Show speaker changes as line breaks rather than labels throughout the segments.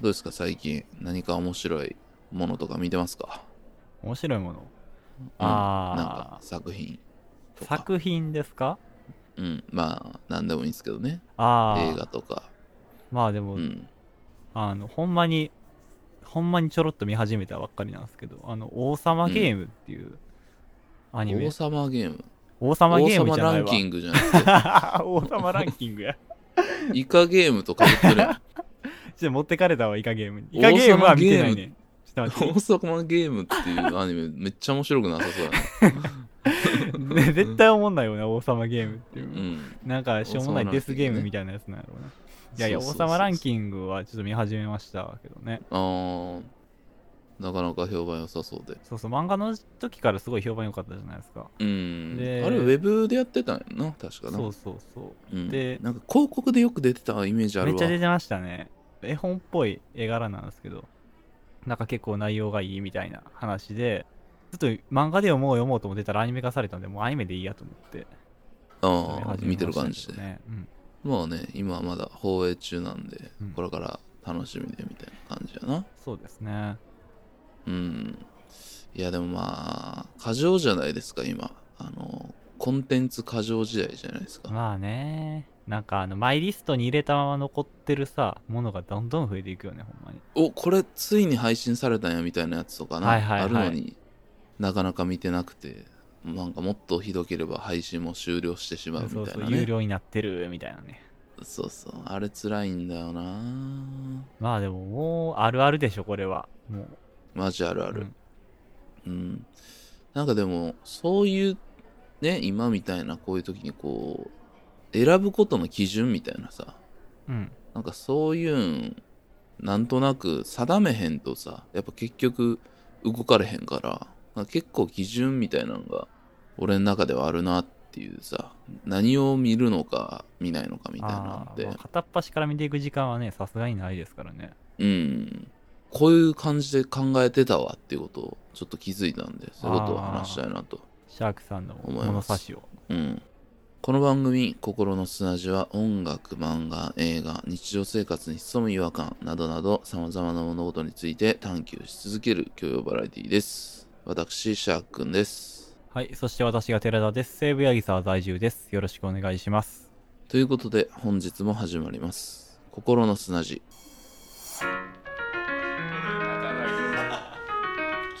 どうですか最近何か面白いものとか見てますか
面白いもの
うん
あー
なんか作品とか
作品ですか
うんまあ何でもいいんですけどね
あ
映
あ
画とか
まあでも、
うん
あのほんまにほんまにちょろっと見始めたばっかりなんですけど「あの王様ゲーム」っていうアニメ、
王様ゲーム
王様
王
ゲーム
様
じゃな
ラ
い
ン
わ
キングじゃなく
王様ランキングや
てイカゲームとか言ってるや ん
ちょっと持ってかれたわイカゲ ームにイカゲームは見てないねちょっと待っ
王様ゲームっていうアニメめっちゃ面白くなさそうやな、
て、 ね、絶対おもんないよな王様ゲームっていうう、
ん、
なんかしょうもないデスゲームみたいなやつなんやろうな、いやいや王
そうそうそうそう
様ランキングはちょっと見始めましたけどね
あーなかなか評判良さそうで
そうそう漫画の時からすごい評判良かったじゃないですか
うん
で
あれウェブでやってたんやな確かな
そうそうそう
うん
で
なんか広告でよく出てたイメージあ
めっ
る
ち
わ
ゃ出てましたね絵本っぽい絵柄なんですけどなんか結構内容がいいみたいな話でちょっと漫画で読もう読もうと思ってたらアニメ化されたんでもうアニメでいいやと思って
ああ
始めましたけどね
見てる感じで
うん
まあね今はまだ放映中なんで、
うん
これから楽しみでみたいな感じやな
そうですね
うんいやでもまあ過剰じゃないですか今あのコンテンツ過剰時代じゃないですか、
まあねなんかあのマイリストに入れたまま残ってるさものがどんどん増えていくよねほんまに
おこれついに配信されたんやみたいなやつとかな、
はいはいはい
あるのになかなか見てなくてなんかもっとひどければ配信も終了してしまうみたい
そ
な、
う
ね、
そう有料になってるみたいなね
そうそうあれ辛いんだよな
まあでももうあるあるでしょこれはもう
マジあるあ
う
る
ん
うん、なんかでもそういうね今みたいなこういう時にこう選ぶことの基準みたいなさ
うん
なんかそういうんなんとなく定めへんとさやっぱ結局動かれへんからなんか結構基準みたいなのが俺の中ではあるなっていうさ何を見るのか見ないのかみたいな
あ
っ
ー
て
まあ片っ端から見ていく時間はねさすがにないですからね
うん。こういう感じで考えてたわっていうことをちょっと気づいたんで、そういうことを話したいなと。
シャークさんの
思います
物差しを。
うん。この番組、心の砂地は音楽、漫画、映画、日常生活に潜む違和感などなど様々な物事について探求し続ける教養バラエティです。私、シャークくんです。
はい、そして私が寺田です。西武八木沢在住です。よろしくお願いします。
ということで、本日も始まります。心の砂地。
働いてま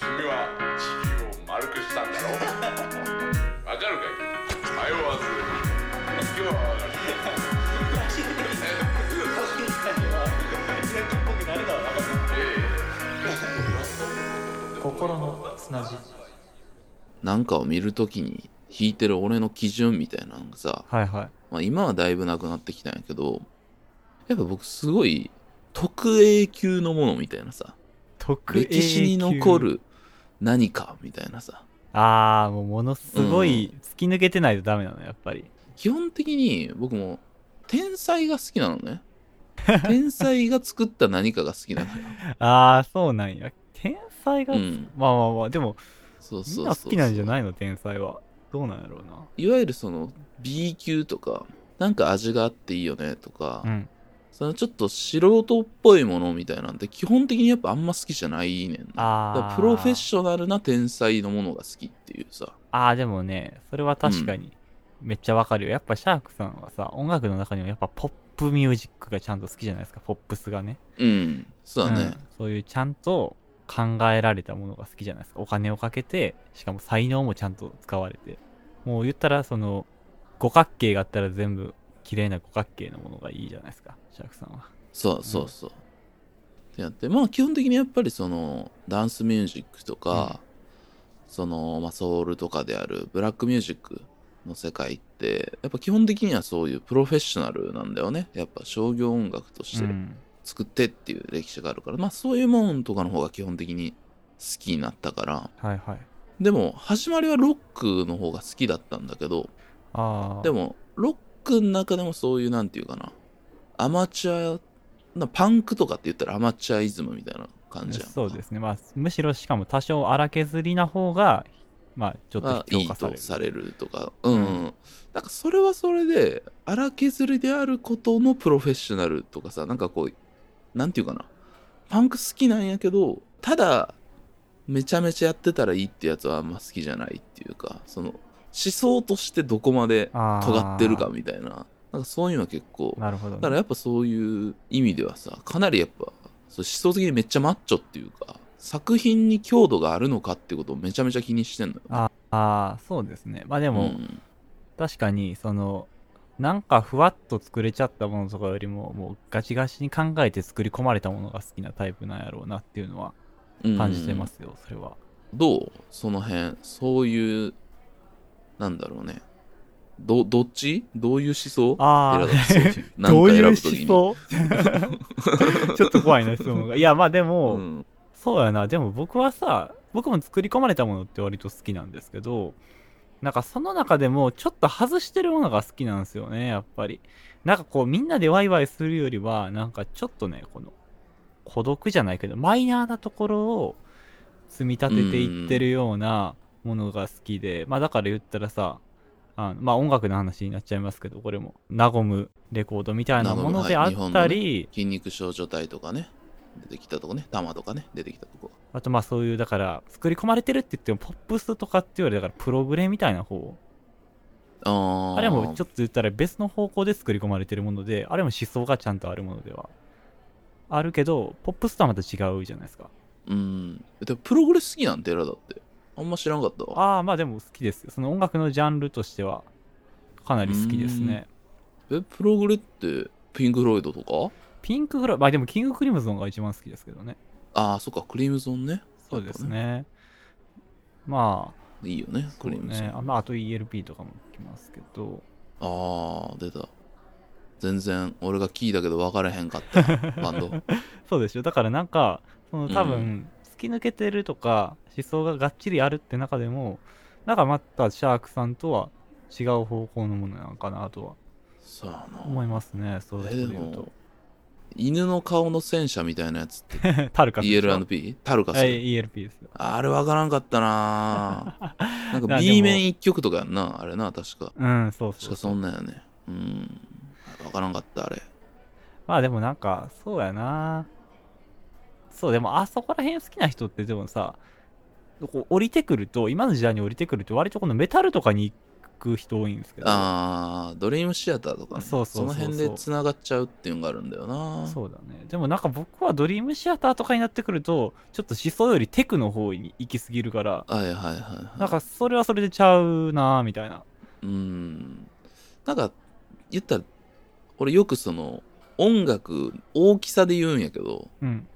す君は地球を丸くしたんだろわかるかい迷わず今日は
心の砂地。
なんかを見るときに弾いてる俺の基準みたいなのがさ、
はいはい。
まあ、今はだいぶなくなってきたんやけど、やっぱ僕すごい特永久のものみたいなさ、
特
歴史に残。る何かみたいなさ、
ああ、もうものすごい突き抜けてないとダメなの、やっぱり。
基本的に僕も天才が好きなの ね。天才が作った何かが好きなのよ。
ああ、そうなんや。天才が、
うん。
まあまあまあ、でも、
そうそうそう
みんな好きなんじゃないの、天才は。どうなんやろうな。
いわゆるその B 級とか、なんか味があっていいよねとか、
うん。
そのちょっと素人っぽいものみたいなんて基本的にやっぱあんま好きじゃないねんな。だか
あ
ら
あ。
プロフェッショナルな天才のものが好きっていうさ
ああ、でもね、それは確かに、めっちゃわかるよ。やっぱシャークさんはさ、音楽の中にもやっぱポップミュージックがちゃんと好きじゃないですか、ポップスがね。
うんそうだね、
んそういうちゃんと考えられたものが好きじゃないですか。お金をかけて、しかも才能もちゃんと使われて。もう言ったら、その、五角形があったら全部、綺麗な五角形のものがいいじゃないですか、シャークさんは。
そうそうそう、ってやってまあ基本的にやっぱりそのダンスミュージックとか、その、まあ、ソウルとかであるブラックミュージックの世界ってやっぱ基本的にはそういうプロフェッショナルなんだよねやっぱ商業音楽として
うん
作ってっていう歴史があるから、まあそういうもんとかの方が基本的に好きになったから
はいはい。
でも始まりはロックの方が好きだったんだけど
ああ。
でもロックの中でもそういうなんていうかなアマチュアなパンクとかって言ったらアマチュアイズムみたいな感じやん
そうですね。まあ、むしろしかも多少荒削りな方が、まあ、ちょっ
が
と
い
評
い
価され
と
る。
されるとかうん、
う
なんかそれはそれで荒削りであることのプロフェッショナルとかさなんかこうなんていうかなパンク好きなんやけどただめちゃめちゃやってたらいいってやつはあんま好きじゃないっていうかその思想としてどこまで
あー
尖ってるかみたいななんかそういうのは結構
なるほど、
だから
ね。
やっぱそういう意味ではさかなりやっぱそう思想的にめっちゃマッチョっていうか作品に強度があるのかってことをめちゃめちゃ気にしてんのよ
ああー、そうですね。まあで
で、
も、確かに、その、なんかふわっと作れちゃったものとかよりも、もうガチガチに考えて作り込まれたものが好きなタイプなんやろうなっていうのは感じてますすよ、それは。
どうその辺そういうなんだろうねどどっちどういう思想
ああ、
選 ぶ時なん
ど
か
ういう
選
思
ぶ時に
想 ちょっと怖いな、質問が。いや、まあでも、
うん
そうやな、でも僕はさ、僕も作り込まれたものって割と好きなんですけど、なんかその中でもちょっと外してるものが好きなんですよね、やっぱり。なんかこうみんなでワイワイするよりは、なんかちょっとね、この孤独じゃないけど、マイナーなところを積み立てていってるようなものが好きで、まあだから言ったらさ、あのまあ音楽の話になっちゃいますけど、これも、ナゴムレコードみたいなものであ
ナ
っ
ゴムはい
たり、
筋肉症状態とかね出てきたとこね玉とかね出てきたとこ
あとまあそういうだから作り込まれてるって言ってもポップスとかっていうよりだからプログレみたいな方
あ
あれはもうちょ
っ
っと言ったら別の方向で作り込まれてるものであれも思想がちゃんとあるものではあるけどポップスとはまた違うじゃないですか
とうんでもプログレス好きなんてラだってあんま知らんかったわ
ああまあでも好きですよその音楽のジャンルとしてはかなり好きですね
えプログレってピンク・フロイドとか
ピンクフラまあでもキングクリムゾンが一番好きですけどね
ああそっかクリムゾンね
そうですねまあ
いいよね
そ
ク
う
リムゾン、
ねあまああと ELP とかも来ますけど
ああ出た全然俺が聞いたけど分からへんかったバンド
そうでしょだからなんかその多分、
うん
突き抜けてるとか思想ががっちりあるって中でもなんかまたシャークさんとは違う方向のものなのかなとは
そうや
思
ない
ますね、そういう
え
人で言うと
も犬の顔の戦車みたいなやつって
タルカスでしょ
EL&P? タルカス、
はい ELP ですよ
あれ分からんかった ななん
いや
か
でも
B 面一曲とかやんなあれな確か
うんそう
確
そ
か
う
そんなんやねうん分からんかったあれ
まあでもなんかそうやなそうでもあそこら辺好きな人ってでもさこう降りてくると今の時代に降りてくると割とこのメタルとかに行く人多いんですけど
ああドリームシアターとか、ね、
そうそうそうそう
の辺でつながっちゃうっていうのがあるんだよな
そうだね。でもなんか僕はドリームシアターとかになってくると、ちょっと思想よりテクの方に行き過ぎるから、
はいはいはいはい
なんかそれはそれでちゃうなぁ、みたいな。
うんなんか言ったら俺よくその音楽大きさで言うんやけど
うん。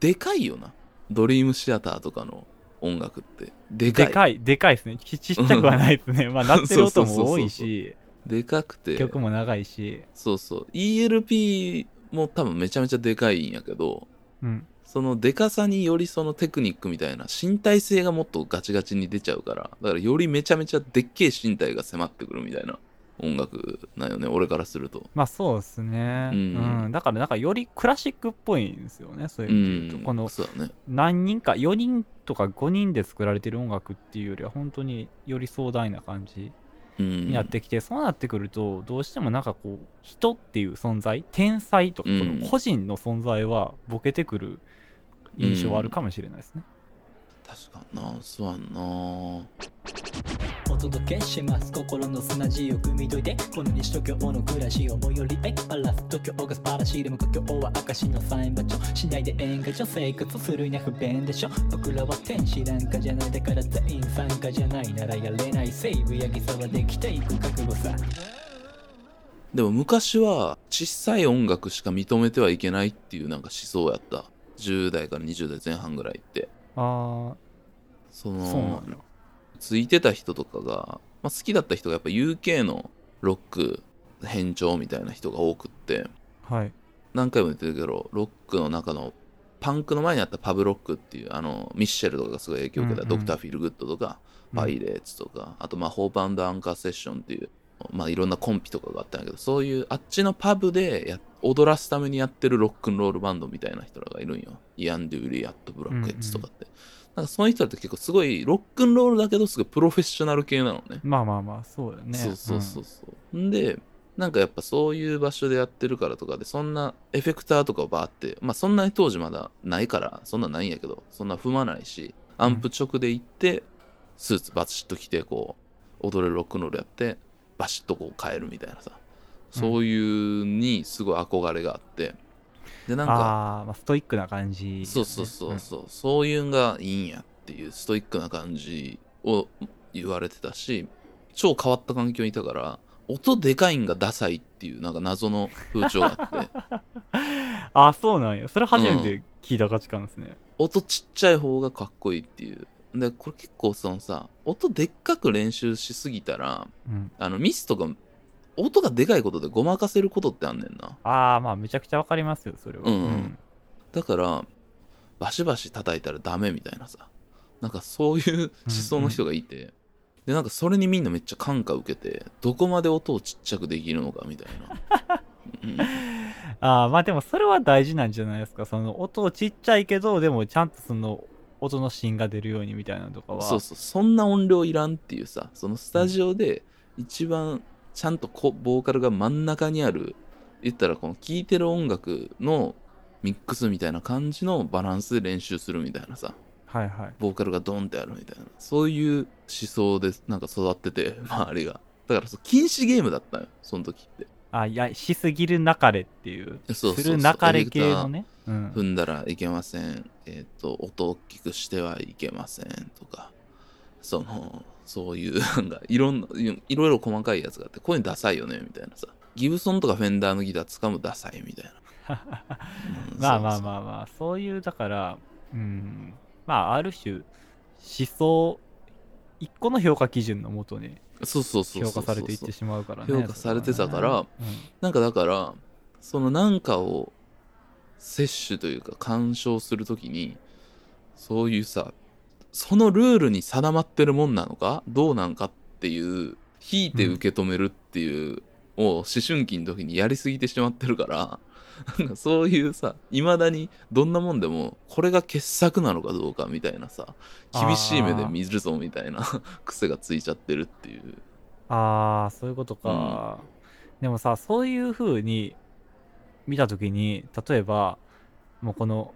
でかいよなドリームシアターとかの音楽ってでかい
で
でか
かい、でかいですね。ち ちっちゃくはないです ね。まあ、なってる音も多いし、
くて
曲も長いし。
そうそう ELP も多分めちゃめちゃでかいんやけど
うん。
そのでかさによりそのテクニックみたいな身体性がもっとガチガチに出ちゃうからだからよりめちゃめちゃでっけえ身体が迫ってくるみたいな音楽なんよね俺からすると
まあそうですね。
う
うんん。だからなんかよりクラシックっぽいんですよね。そういうう意味で言うと。
ん
この
そうだね
何人か、4人とか5人で作られてる音楽っていうよりは、本当により壮大な感じ。
うん
になってきて、そうなってくるとどうしてもなんかこう人っていう存在天才とか、
うん
この個人の存在はボケてくる印象はあるかもしれないですね、
確かになそうやんな
お届けします心の砂地を汲み解いてこの西東京の暮らしを最寄りへバラす東京が素晴らしいでも故郷は証のサイン場所しないで演歌所生活するには不便でしょ僕らは天使なんかじゃないだから全員参加じゃないならやれないセーブやぎさはできていく覚悟さ
でも昔は小さい音楽しか認めてはいけないっていうなんか思想やった10代から20代前半ぐらいって
あ
そ
あ
の
そうなんだ
ついてた人とかが、まあ、好きだった人がやっぱ UK のロック変調みたいな人が多くって
はい
何回も言ってるけどロックの中のパンクの前にあったパブロックっていうあのミッシェルとかがすごい影響を受けた、
うんう
ド
ん
クター・フィル・グッドとかパイレーツとか、あとまあホープアンカーセッションっていう、まあ、いろんなコンピとかがあったんだけどそういうあっちのパブでや踊らすためにやってるロックンロールバンドみたいな人らがいるんよイアン・デューリー・アット・ブラック・エッジとかって、なんかその人らって結構すごいロックンロールだけどすごいプロフェッショナル系なのね
まあまあまあそうだね
そうそうそうそう、ん、でなんかやっぱそういう場所でやってるからとかで、そんなエフェクターとかをバーって、まあそんなに当時まだないから、そんなんないんやけど、そんな踏まないし、アンプ直で行って、スーツバチッと着て、こう、踊れるロックンロールやって、バシッとこう変えるみたいなさ、そういうにすごい憧れがあって、で、なんか、
ああ、まあ、ストイックな感じ、
そうそうそうそう、そういうんがいいんやっていうストイックな感じを言われてたし超変わった環境にいたから音でかいんがダサいっていうなんか謎の風潮があって
ああー、そうなんや。それ初めて聞いた価値観ですね。
音ちっちゃい方がかっこいいっていうでこれ結構そのさ音でっかく練習しすぎたら
うん。
あのミスとか音がでかいことでごまかせることってあんねんな
ああ、まあ、めちゃくちゃわかりますよ、それは。
うんだからバシバシ叩いたらダメみたいなさなんかそういう思想の人がいて、でなんかそれにみんなめっちゃ感化受けてどこまで音をちっちゃくできるのかみたいな、
ああ、まあでもそれは大事なんじゃないですか。その音ちっちゃいけど、でもちゃんとその音の芯が出るようにみたいなのとか
うん
は。
そうそうそんな音量いらんっていうさそのスタジオで一番ちゃんとこボーカルが真ん中にある言ったらこの聴いてる音楽のミックスみたいな感じのバランスで練習するみたいなさ
はいはい。
ボーカルがドンってあるみたいなそういう思想でなんか育ってて 周りがだからそう禁止ゲームだったよその時って
あいや、しすぎるなかれっていう。
そうそうそう
するなかれ系のね。う
踏
ん。
んだらいけませんえっ、と音を大きくしてはいけませんとかそのそういうなんかいろんないいろいろ細かいやつがあってこういうのダサいよねみたいなさギブソンとかフェンダーのギター掴むダサいみ たいな、うん
まあまあ
そう
まあまあ、そういう、だから、うん。まあ、ある種、思想、一個の評価基準のもとに
そうそうそうそう
評
そ
価
うそ
さ
う
れていってしまうからね。
評価されてた
そこ
から
はね
なんかだからそのなんかを摂取というか鑑賞するときにそういうさそのルールに定まってるもんなのかどうなんかっていう引いて受け止めるっていう、を思春期の時にやりすぎてしまってるからなんかそういうさいまだにどんなもんでもこれが傑作なのかどうかみたいなさ厳しい目で見るぞみたいな癖がついちゃってるっていう
うんああ、そういうことか。でもさ、そういう風に見たときに、例えば、もうこの、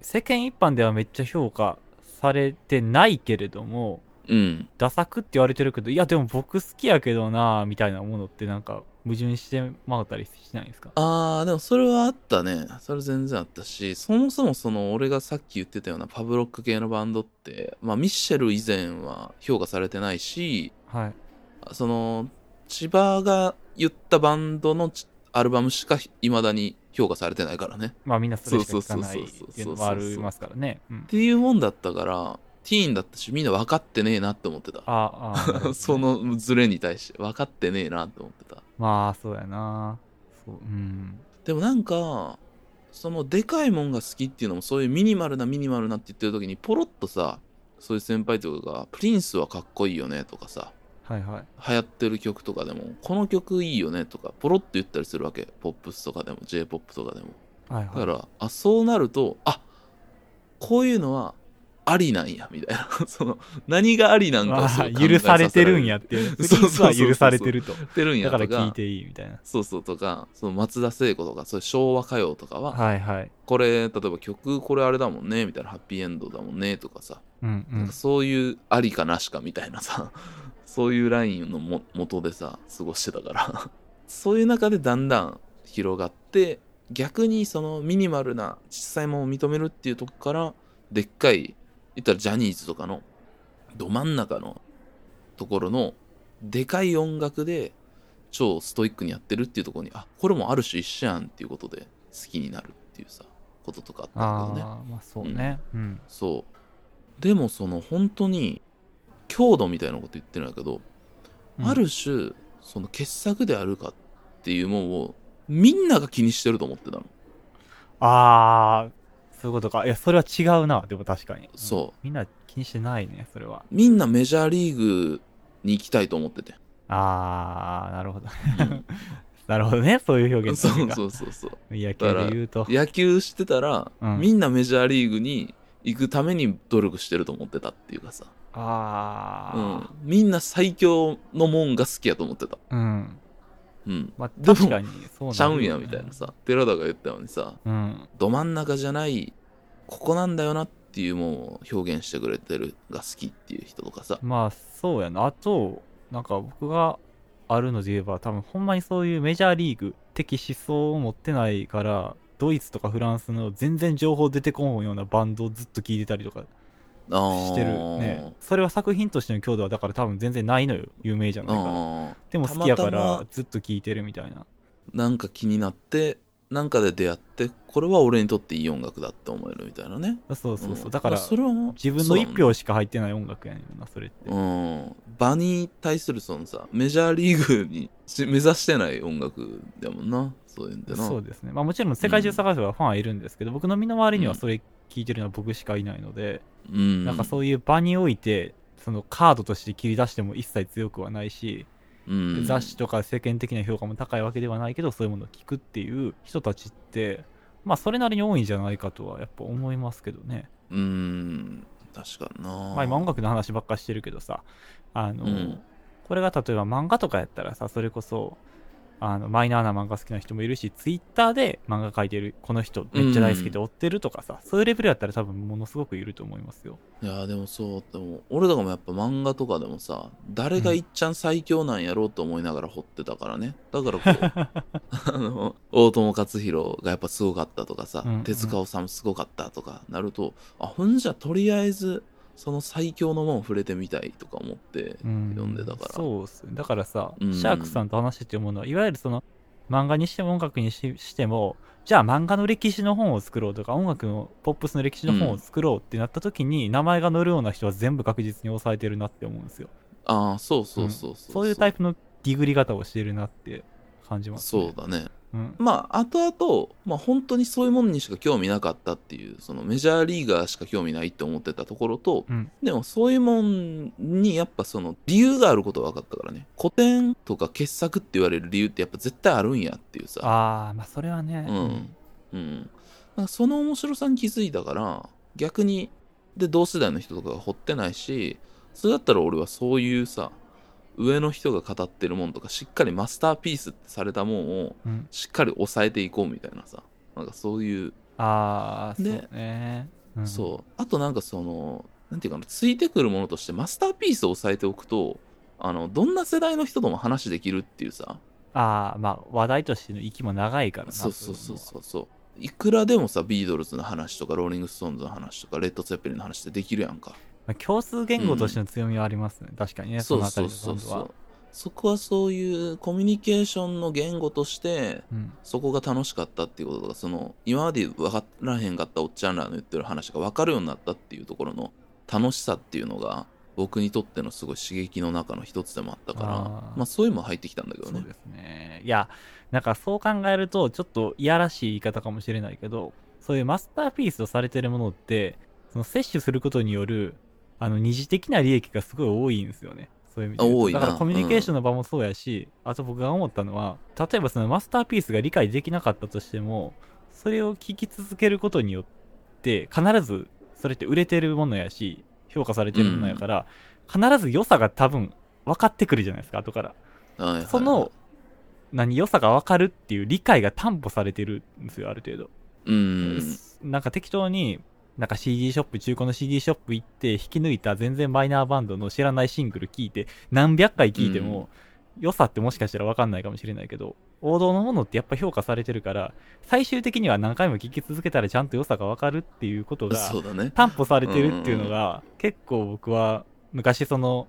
世間一般ではめっちゃ評価されてないけれども、
うん
ダサくって言われてるけど、いやでも僕好きやけどなぁ、みたいなものってなんか矛盾してまうたりしないんですか
あーでもそれはあったねそれ全然あったしそもそもその俺がさっき言ってたようなパブロック系のバンドって、まあ、ミッシェル以前は評価されてないし
はい。
その千葉が言ったバンドのちアルバムしかいまだに評価されてないからね
まあみんなそれしか聞かな
そ
いう
そうそうそう
っていうのもありますからね。うん
っ、ていうもんだったからティーンだったしみんな分かってねえなって思ってた
あーあー、なるほど ね
そのズレに対して分かってねえなって思ってた
まあそうやなそう、うん。
でもなんかそのでかいもんが好きっていうのもそういうミニマルなミニマルなって言ってる時にポロッとさそういう先輩とかが「プリンスはかっこいいよね」とかさ
はいはい。
流行ってる曲とかでも「この曲いいよね」とかポロッと言ったりするわけポップスとかでも j p o p とかでも
はい
だか
はい。
らあそうなるとあこういうのはありなんやみたいな その何がありなんかをす
あ
ごい考
ー
え
許されてるんや
や
ってい
そ
う。
うそうそうそう
プリンスは許されてると。
ってるんや
だ
とか
か
ら
聞いていいみたいな。
そうそうとかその松田聖子とかそういう昭和歌謡とかは
はいはい。
これ例えば曲これあれだもんねみたいなハッピーエンドだもんねとかさ、
うんう
なん
ん
か。そういうありかなしかみたいなさ そういうラインのも元でさ過ごしてたから そういう中でだんだん広がって逆にそのミニマルな小さいものを認めるっていうとこからでっかい言ったらジャニーズとかのど真ん中のところのでかい音楽で超ストイックにやってるっていうところにあこれもある種一緒やんっていうことで好きになるっていうさこととかあったんだけどね
ああ、まあそうね。うん。
そうでもその本当に強度みたいなこと言ってるんだけど、
うん
ある種その傑作であるかっていうもんをみんなが気にしてると思ってたの
ああ、そういうことか。いや、それは違うな。でも確かに。
そう
みんな気にしてないね、それは。
みんなメジャーリーグに行きたいと思ってて、
ああ、なるほど。
う
なるほどね。そういう表
ん、
現
そ
という
う
か
そうそうそう
野球で言うと。
野球してたら、
うん
みんなメジャーリーグに行くために努力してると思ってたっていうかさ、
あ
うん、みんな最強のもんが好きやと思ってた
あ、うん。
うん
まあ、
でも
確かにそう
ちゃうん
る
やみたいなさ寺田が言ったのにさ
うん
ど真ん中じゃないここなんだよなっていうもう表現してくれてるが好きっていう人とかさ
まあそうやなあとなんか僕があるので言えば多分ほんまにそういうメジャーリーグ的思想を持ってないからドイツとかフランスの全然情報出てこんようなバンドをずっと聞いてたりとか
あー
してるねそれは作品としての強度はだから多分全然ないのよ有名じゃないから
あー
でも好きやか
たまた
ら
ま
ずっと聞いてるみたいな
なんか気になってなんかで出会ってこれは俺にとっていい音楽だって思えるみたいなね
そうそうそう、
ん
だから
それは
自分の一票しか入ってない音楽やねんなそれって、
うん、場に対するそのさメジャーリーグにし目指してない音楽だもんなそういうんでな
そうですね、まあ、もちろん世界中探せばファンはいるんですけど、僕の身の回りにはそれ聞いてるのは僕しかいないので、
うん、
なんかそういう場においてそのカードとして切り出しても一切強くはないし、
うん、
雑誌とか世間的な評価も高いわけではないけどそういうものを聞くっていう人たちってまあそれなりに多いんじゃないかとはやっぱ思いますけどね
うん確かにな、
まあ今音楽の話ばっかしてるけどさあの、
うん
これが例えば漫画とかやったらさそれこそあのマイナーな漫画好きな人もいるしツイッターで漫画描いてるこの人めっちゃ大好きで追ってるとかさ、そういうレベルやったら多分ものすごくいると思いますよ
いやでもそうでも俺とかもやっぱ漫画とかでもさ誰がいっちゃん最強なんやろうと思いながら掘ってたからねだからこ うあの大友克洋がやっぱすごかったとかさ、
うんうん
手塚治虫すごかったとかなるとあほんじゃとりあえずその最強のもん触れてみたいとか思って
う
読んでたから
そうっすねだからさ、
うん
シャークさんと話してて思うのはいわゆるその漫画にしても音楽にししてもじゃあ漫画の歴史の本を作ろうとか音楽のポップスの歴史の本を作ろうってなった時に、名前が載るような人は全部確実に押さえてるなって思うんですよ
ああそうそうそうそう、
そういうタイプのディグリ方をしてるなって感じます、
そうだね
う、ん、
まあ後々、まあ、本当にそういうものにしか興味なかったっていうそのメジャーリーガーしか興味ないって思ってたところと、
うん
でもそういうもんにやっぱその理由があることは分かったからね古典とか傑作って言われる理由ってやっぱ絶対あるんやっていうさ、
ああまあそれはね、
うんうん、なんかその面白さに気づいたから逆にで同世代の人とかが掘ってないしそれだったら俺はそういうさ上の人が語ってるもんとかしっかりマスターピースってされたもんを
うん
しっかり抑えていこうみたいなさなんかそういう、
ああそう
で
ね、うん
そうあとなんかそのなんていうかなついてくるものとしてマスターピースを抑えておくとあのどんな世代の人とも話できるっていうさ
ああまあ話題としての息も長いからな
そうそうそう
そ
そうそういくらでもさビードルズの話とかローリング・ストーンズの話とかレッド・ツェッペリンの話ってできるやんか
まあ、共通言語としての強みはありますね、確かにね
そ
そうの
そ
辺
う
り
そう
の
そ
今度は
うそこはそういうコミュニケーションの言語として
うん
そこが楽しかったっていうこととかその今まで分からへんかったおっちゃんらの言ってる話が分かるようになったっていうところの楽しさっていうのが僕にとってのすごい刺激の中の一つでもあったから
あー
まあそういうのも入ってきたんだけど
そう
ね
ですねいやなんかそう考えるとちょっといやらしい言い方かもしれないけどそういうマスターピースとされてるものってその摂取することによるあの二次的な利益がすごい多いんですよねそういう意味で言うと
多いな
だからコミュニケーションの場もそうやし、あと僕が思ったのは例えばそのマスターピースが理解できなかったとしてもそれを聞き続けることによって必ずそれって売れてるものやし評価されてるものやから、必ず良さが多分分かってくるじゃないですか後から
はいはいはい
その、何、良さが分かるっていう理解が担保されてるんですよ、ある程度。
うん
なんか適当に、なんか CD ショップ、中古の CD ショップ行って、引き抜いた全然マイナーバンドの知らないシングル聞いて、何百回聞いても、良さってもしかしたら分かんないかもしれないけど、王道のものってやっぱ評価されてるから、最終的には何回も聴き続けたらちゃんと良さが分かるっていうことが、
そうだね
担保されてるっていうのが、結構僕は昔その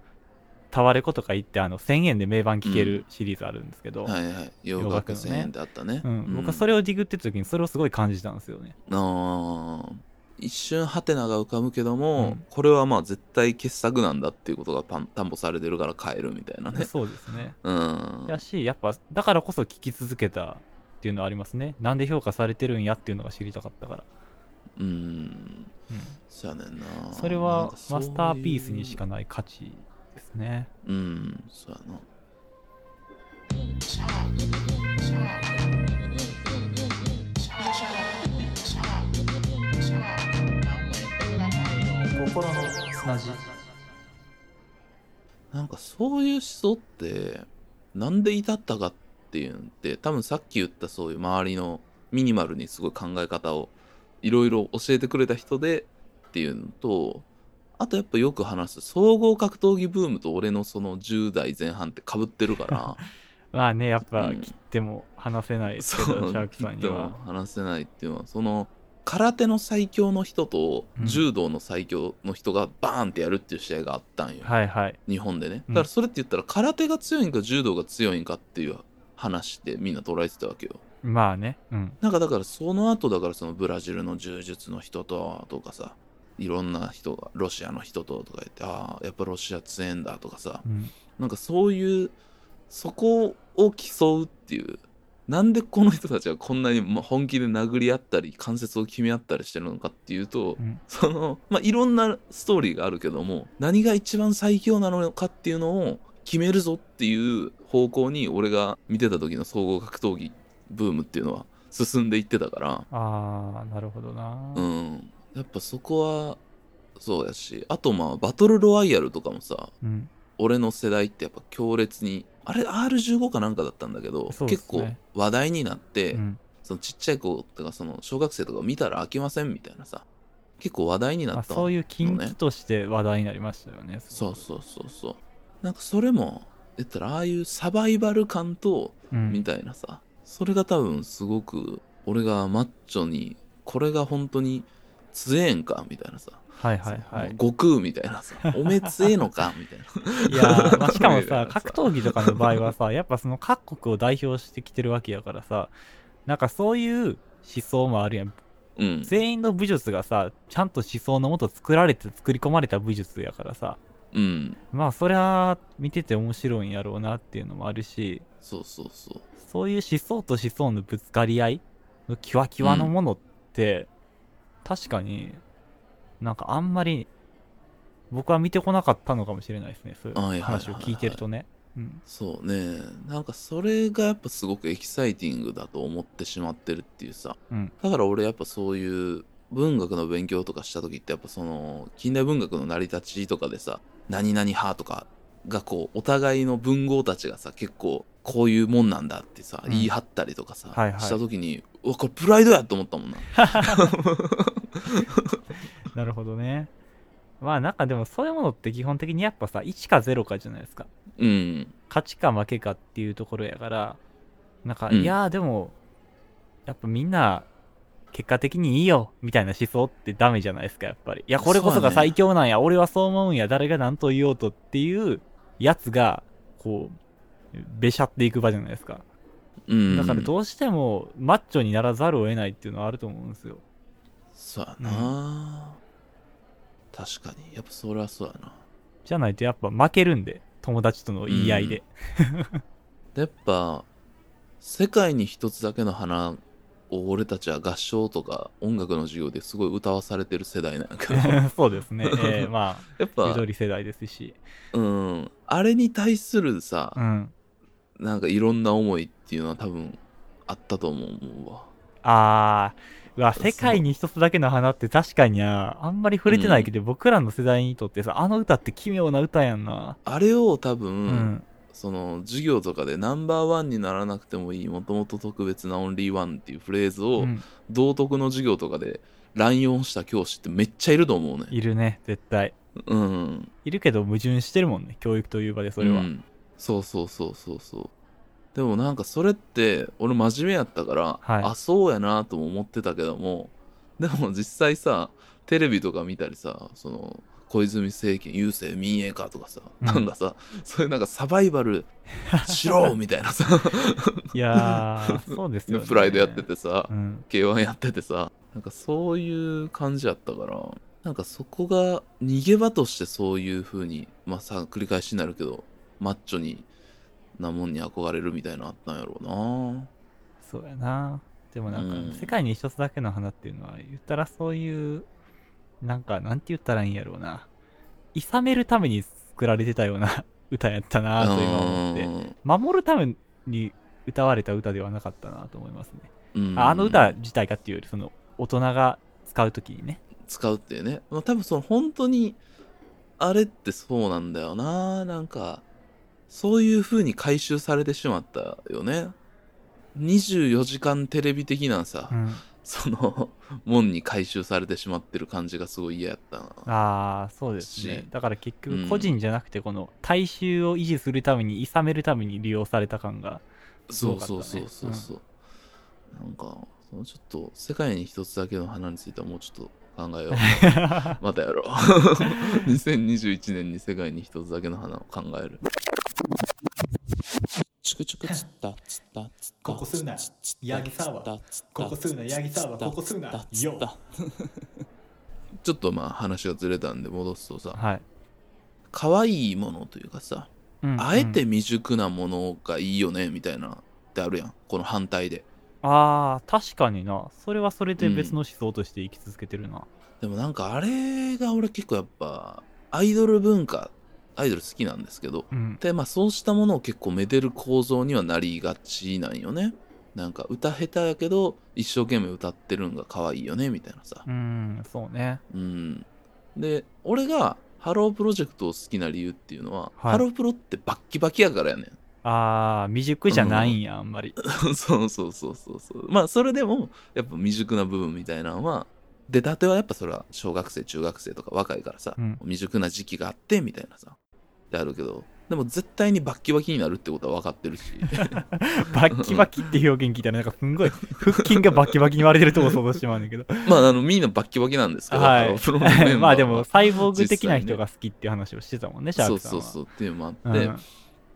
タワレコとか行ってあの1000円で名盤聴けるシリーズあるんですけど、
はいはい洋
洋楽
楽
のね
1000円であったね
うん、僕はそ
れ
れをディグってた時にそれをすごい感じたんですよね
一瞬ハテナが浮かぶけども、
うん
これはまあ絶対傑作なんだっていうことがパン担保されてるから買えるみたいなね
そうですね
うん
やしやっぱだからこそ聴き続けたっていうのはありますねなんで評価されてるんやっていうのが知りたかったから、
うん
うん
そうやねんな
それ
なん
は
かそう
マ
いう
スターピースにしかない価値ですね
うんそうやな
心の砂地
なんかそういう思想ってなんで至ったかっっていうんで多分さっき言ったそういう周りのミニマルにすごい考え方をいろいろ教えてくれた人でっていうのとあとやっぱよく話す総合格闘技ブームと俺のその10代前半って被ってる から
まあね、やっぱ
うん
切っても話せないですけど、シャークさんに
でも
は。
話せないっていうのはその空手の最強の人と
うん
柔道の最強の人がバーンってやるっていう試合があったんよ、
はいはい。
日本でね
うん
だからそれって言ったら空手が強いんか柔道が強いんかっていう話でみんな捉えてたわけよ
まあね、うん。
なんかだからその後だからそのブラジルの柔術の人ととかさいろんな人がロシアの人ととか言ってああやっぱロシア強えんだとかさ
うん、
なんかそういうそこを競うっていうなんでこの人たちがこんなにま本気で殴り合ったり関節を決め合ったりしてるのかっていうと、
うん
そのまあいろんなストーリーがあるけども何が一番最強なのかっていうのを決めるぞっていう方向に俺が見てた時の総合格闘技ブームっていうのは進んでいってたから。
ああ、なるほどな。
うん、やっぱそこはそうやしあとまあバトルロワイヤルとかもさ
うん。
俺の世代ってやっぱ強烈にあれ R15 かなんかだったんだけど、
そうっすね
結構話題になって、
うん
そのちっちゃい子とかその小学生とか見たら飽きませんみたいなさ結構話題にな
まあ、
った
そういう近畿として話題になりましたよね。す
そ
ご
う
く
そうそうそうなんかそれも言ったらああいうサバイバル感と
うん
みたいなさ、それが多分すごく俺がマッチョにこれが本当に強えんかみたいなさ、
はいはいはい。
悟空みたいなさおめえ強えのかみたいな
い やー、まあ、しかも
いやいや
さ、格闘技とかの場合はさ、 やっぱその各国を代表してきてるわけやからさ、なんかそういう思想もあるやん。
うん
全員の武術がさ、ちゃんと思想のもと作られて作り込まれた武術やからさ、
うん
まあそりゃ見てて面白いんやろうなっていうのもあるし、
そうそうそう
そういう思想と思想のぶつかり合いのキワキワのものって、確かになんかあんまり僕は見てこなかったのかもしれないですね。そう
はいはいいうはいはい
話を聞いてるとね。うん
そうねなんかそれがやっぱすごくエキサイティングだと思ってしまってるっていうさ、
うん
だから俺やっぱそういう文学の勉強とかした時ってやっぱその近代文学の成り立ちとかでさ何々派とかがこうお互いの文豪たちがさ結構こういうもんなんだってさ、
うん
言い張ったりとかさ、
はいはい
した時にうわこれプライドやと思ったもんな
なるほどね。まあなんかでもそういうものって基本的にやっぱさ、1か0かじゃないですか。
うん
勝ちか負けかっていうところやから、なんか、
うん
いやーでも、やっぱみんな、結果的にいいよ、みたいな思想ってダメじゃないですか、やっぱり。いや、これこそ
そうだ
が
ね
最強なんや、俺はそう思うんや、誰が何と言おうとっていうやつが、こう、べしゃっていく場じゃないですか。
うん
だからどうしても、マッチョにならざるを得ないっていうのはあると思うんですよ。
そうやな、確かにやっぱそれはそうやな
じゃないとやっぱ負けるんで、友達との言い合いで。
やっぱ世界に一つだけの花を俺たちは合唱とか音楽の授業ですごい歌わされてる世代なんやけどや
そうです ね。えー、まあ、
っぱ
ゆとり世代ですし。
うんあれに対するさ
う、ん。
なんかいろんな思いっていうのは多分あったと思うわ
あーうわ
そう
世界に一つだけの花って確かになあんまり触れてないけど、僕らの世代にとってさあの歌って奇妙な歌やんな
あれを多分、
うん、
その授業とかでナンバーワンにならなくてもいいもともと特別なオンリーワンっていうフレーズを、
うん
道徳の授業とかで乱用した教師ってめっちゃいると思うね
いるね絶対
うん
いるけど矛盾してるもんね教育という場でそれは、
うんそうそうそうそうそうでもなんかそれって俺真面目やったから、
はい
あそうやなとも思ってたけどもでも実際さテレビとか見たりさその小泉政権郵政民営化とかさ、
うん
なんかさそういうなんかサバイバルしろみたいなさ
いや ーそうですよ、ね、
プライドやっててさ、
うん
K1 やっててさなんかそういう感じやったからなんかそこが逃げ場としてそういう風にまあさ繰り返しになるけどマッチョになもんに憧れるみたいなのあったんやろうな
そうやなでもなんか、
うん
世界に一つだけの花っていうのは言ったらそういうなんかなんて言ったらいいんやろうな諌めるために作られてたような 歌やったなと今思って
うん
守るために歌われた歌ではなかったなと思いますね。
うん
ああの歌自体がっていうより、その、大人が使うときにね。
使うっていうね、まあ、多分その本当にあれってそうなんだよななんかそういう風に回収されてしまったよね。24時間テレビ的なさ、
うん、
その、門に回収されてしまってる感じがすごい嫌やったな。
ああそうですね
し
だから結
うん
局個人じゃなくてこの大衆を維持するために諌めるために利用された感が
そうそうそうそうそう、なんかそのちょっと世界に一つだけの花についてはもうちょっと考えよう またやろう 2021年に世界に一つだけの花を考えるチクチクつったつったつった
ここすんなヤギサーバーここすんなヤギサーバーここすんなよ
ちょっとまあ話がずれたんで戻すとさ
はい、
可愛いものというかさ
うん
あえ
う
て
ん
未熟なものがいいよねみたいなってあるやんこの反対で
ああ確かになそれはそれで別の思想として生き続けてるな、
でもなんかあれが俺結構やっぱアイドル文化アイドル好きなんですけど
うん
でまあそうしたものを結構めでる構造にはなりがちなんよねなんか歌下手やけど一生懸命歌ってるんが可愛いよねみたいなさ
うん、そうね
うんで俺がハロープロジェクトを好きな理由っていうのは、
はい
ハロープロってバッキバキやからやねん
ああ未熟じゃないんや、あんまり
そうそうそうそうそうまあそれでもやっぱ未熟な部分みたいなのは出たてはやっぱそれは小学生中学生とか若いからさ、
うん
未熟な時期があってみたいなさであるけどでも絶対にバッキバキになるってことは分かってるし
バッキバキって表現聞いたらなんかすんごい腹筋がバッキバキに割れてるとこ想像してまうんだけど
まああのみんなバッキバキなんですけど、
は
あ
い
のプロのメンバ ーは
まあでもサイボーグ
実
的
際
な
ね
人が好きっていう話をしてたもんねシャー
そ
ク
う
さん
そう
は
そううっていうのもあって、
ん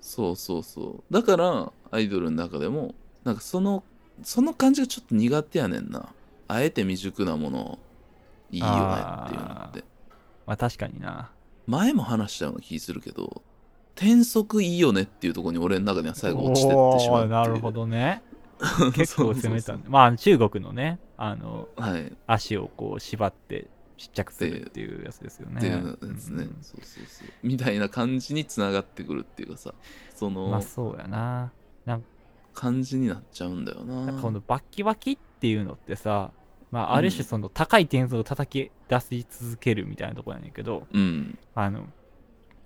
そうそうそうだからアイドルの中でもなんかそのその感じがちょっと苦手やねんなあえて未熟なものいいよねっていうのって
まあ確かにな
前も話したような気するけど転速いいよねっていうところに俺の中には最後落ちてってしまう
おー
っていう
な るほどね
そう
結構攻めた
そう
ねまあ中国のねあの
そうはいっ
足をこう縛ってちっちゃくするっていうやつですよね
ていうやつね、
うん
そうそうそうみたいな感じにつながってくるっていうかさそ
まあ
の
そうやな
感じになっちゃうんだよな
なんかこのバッキバキっていうのってさまあある種その高い点数を叩き出し続けるみたいなところやねんけど
うん
あの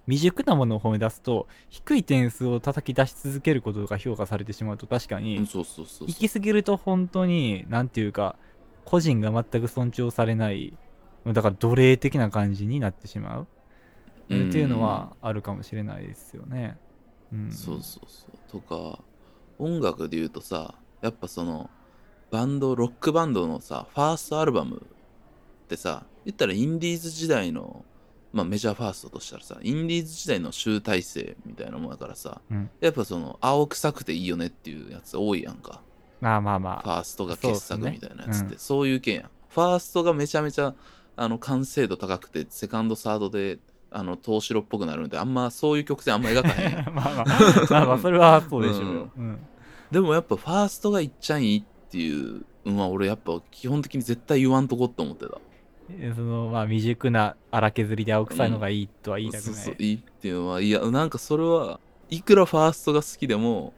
未熟なものを褒め出すと低い点数を叩き出し続けることが評価されてしまうと確かに
うんそうそうそうそう
行き過ぎると本当になんていうか個人が全く尊重されないだから奴隷的な感じになってしまう、
うん
っていうのはあるかもしれないですよね、うん、
そうそうそうとか音楽で言うとさやっぱそのバンドロックバンドのさファーストアルバムってさ言ったらインディーズ時代のまあメジャーファーストとしたらさインディーズ時代の集大成みたいなもんやからさ、
うん
やっぱその青臭くていいよねっていうやつ多いやんか
まあまあま
フ
あ
ァーストが傑作
そうっすね
みたいなやつってそう,、
う
いう件やんファーストがめちゃめちゃあの完成度高くてセカンドサードであの投資っぽくなるんであんまそういう曲線あんま描かへんやん
まあまあまあまあそれはそうでしょうよ、うん
でもやっぱファーストがいっちゃいいっていうのは俺やっぱ基本的に絶対言わんとこって思ってた。
えそのまあ未熟な荒削りで青臭いのがいいとは言いたく
そう
ない、
そういいっていうのはいやなんかそれはいくらファーストが好きでも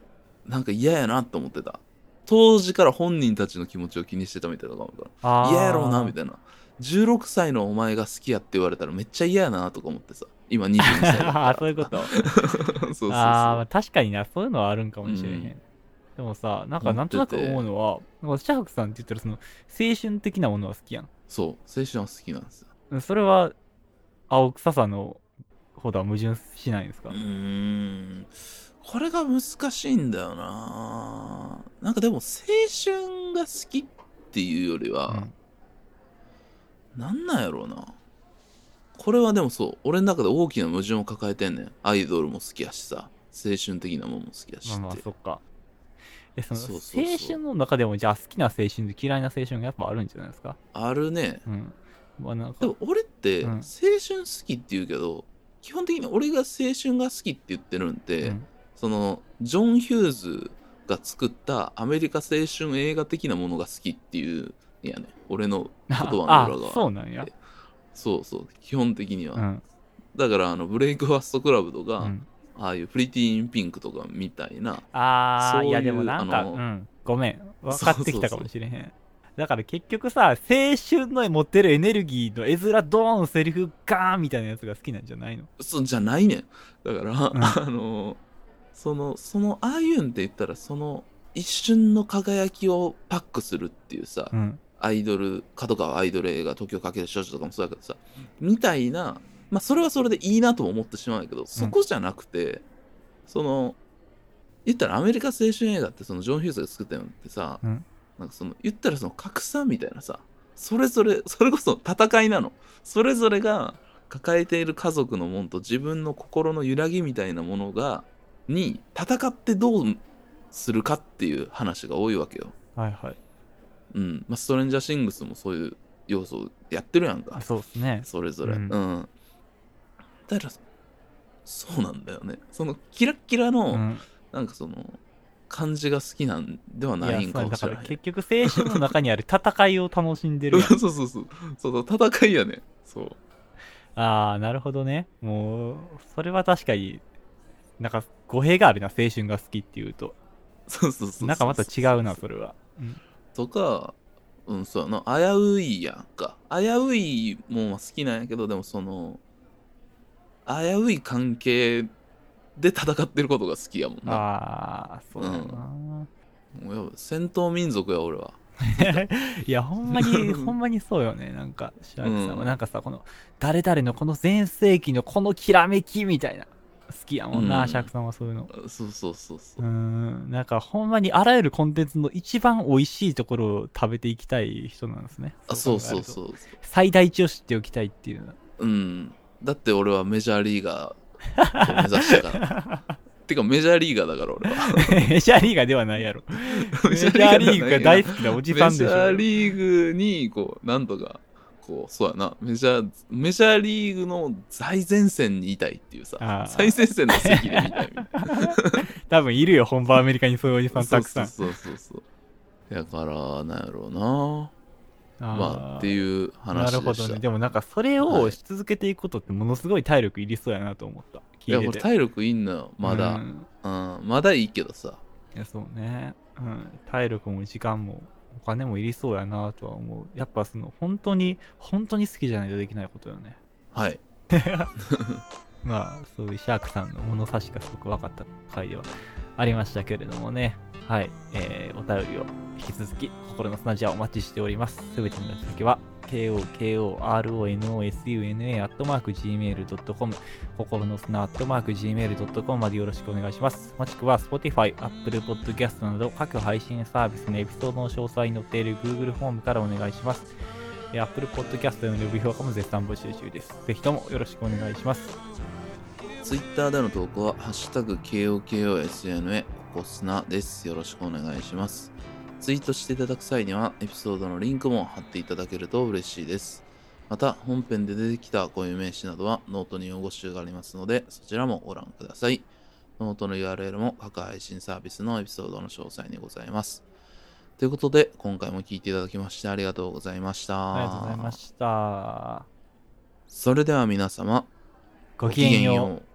なんか嫌やなと思ってた。当時から本人たちの気持ちを気にしてたみたいなのがあるか
あ
ら
ー
嫌やろうなみたいな。16歳のお前が好きやって言われたらめっちゃ嫌やなとか思ってさ。今22歳だ から。
あーそういうこと
そうそうそう。
ああまあ確かになそういうのはあるんかもしれへん、
うん
でもさなんかなんとなく思うのはなんかシャークさんって言ったらその青春的なものは好きやん
そう。青春は好きなんですよ。
うんそれは青臭さのほどは矛盾しないんですか、
うーんこれが難しいんだよななんかでも青春が好きっていうより
う
は、
ん
なんなんやろうなこれはでもそう俺の中で大きな矛盾を抱えてんねんアイドルも好きやしさ青春的なもんも好きやし
まあま
っ
あ
て、
そっかえその
そうそうそう
青春の中でもじゃあ好きな青春と嫌いな青春がやっぱあるんじゃないですか
あ、るね
うんまあなんか
でも俺って
うん
青春好きって言うけど、基本的に俺が青春が好きって言ってるんで、
うん
そのジョン・ヒューズが作ったアメリカ青春映画的なものが好きっていういやね俺の言葉の裏
あ
側
そうなんや
そうそう基本的には、
うん
だからあのブレイクファストクラブとか、
うん
ああいうプリティーンピンクとかみたいな
あ
そう
あ
いう
いやでもなんか
あの
うんごめん分かってき
そうそ
たか
うそ
も
う
しれへんだから結局さ青春の持ってるエネルギーの絵面ドーンセリフガーンみたいなやつが好きなんじゃないの
そうじゃないねんだから、
ん
あのそのそのああいうんって言ったらその一瞬の輝きをパックするっていうさ、
うん。
アイドル角川アイドル映画「東京かける少女」とかもそうだけどさみたいなまあそれはそれでいいなとも思ってしまうんやけどそこじゃなくて、その言ったらアメリカ青春映画ってそのジョン・ヒューズが作ったのってさ、
うん
なんかその言ったらその格差みたいなさそれぞれそれこそ戦いなのそれぞれが抱えている家族のもんと自分の心の揺らぎみたいなものがに戦ってどうするかっていう話が多いわけよ。
はいはい。
うんまあ、ストレンジャーシングスもそういう要素やってるやんか
あそうですね。
それぞれう、
うんん
だからそうなんだよねそのキラッキラ
う
の、
ん。
なんかその感じが好きなんではないんか
そう
も
だ
し
か
れ
ら
ない
結局青春の中にある戦いを楽しんで るやん
そうそうそうそうそう戦いやねそう
ああ、なるほどね。もう、それは確かに、なんか語弊があるな、青春が好きっていうと。
そうそうそうそう
なんかまた違うな、それは。うん
とかうんそうやな危ういやんか危ういもんは好きなんやけどでもその危うい関係で戦ってることが好きやもんな
ああ、そうだな。
もうやばい戦闘民族や俺は
いや、ほん まに、ほんまにそうよね。なんか、白木さ
う
んは、
ん
なんかさ、この、誰々のこの全盛期のこのきらめきみたいな、好きやもん
う
な、
ん
白木さんはそういうの。
そうそうそう
う
そ
ー
う、
ん、なんかほんまにあらゆるコンテンツの一番美味しいところを食べていきたい人なんですね。
あそうそう
う考えると。
そう
最大値を知っておきたいっ ていうのは
うんだって俺はメジャーリーガーを目指したから てかメジャーリーガーだから俺は
メジャーリーガーではないやろ。メジャーリーグが大好きなおじ
メジ
さんでし
ャ
ょ
ー。リーグにこうなんとかこうそうやなメジャーメジャーリーグの最前線にいたいっていう
あ
さ
ー
最前線の席で見たいみたいな
多分いるよ、本場アメリカに そういうおじさんたくさん。
そうそうそうそうだからなんやろうなまあって
う
いう話
な
でした
るほどね。でもなんかそれをし続けていくことってものすごい体力いりそうやなと思った。
い
聞
や
い
俺
てて。
体力いいんだよまだ、
うん
うん、まだいいけどさ。
いや、そうね。うん。体力も時間もお金もいりそうやなとは思う。やっぱその本当に、本当に好きじゃないとできないことよね。
はい。
まあ、そういうシャークさんの物差しがすごく分かった回ではありましたけれどもね。はい。えー、お便りを引き続き、心の砂地はお待ちしております。すべての宛先は、kokorosuna.gmail.com 心の砂 .gmail.com までよろしくお願いします。もしくは Spotify、Apple Podcast など各配信サービスのエピソードの詳細に載っている Google フォームからお願いします。えー Apple Podcast へのレビュー評価も絶賛募集中です。ぜひともよろしくお願いします。
Twitter での投稿は、ハッシュタグ KOKOSNA、ここすなです。よろしくお願いします。ツイートしていただく際には、エピソードのリンクも貼っていただけると嬉しいです。また、本編で出てきた固有名詞などは、ノートに用語集がありますので、そちらもご覧ください。ノートの URL も各配信サービスのエピソードの詳細にございます。ということで、今回も聞いていただきましてありがとうございました。
ありがとうございました。
それでは皆様、
ごきげんよう。
う。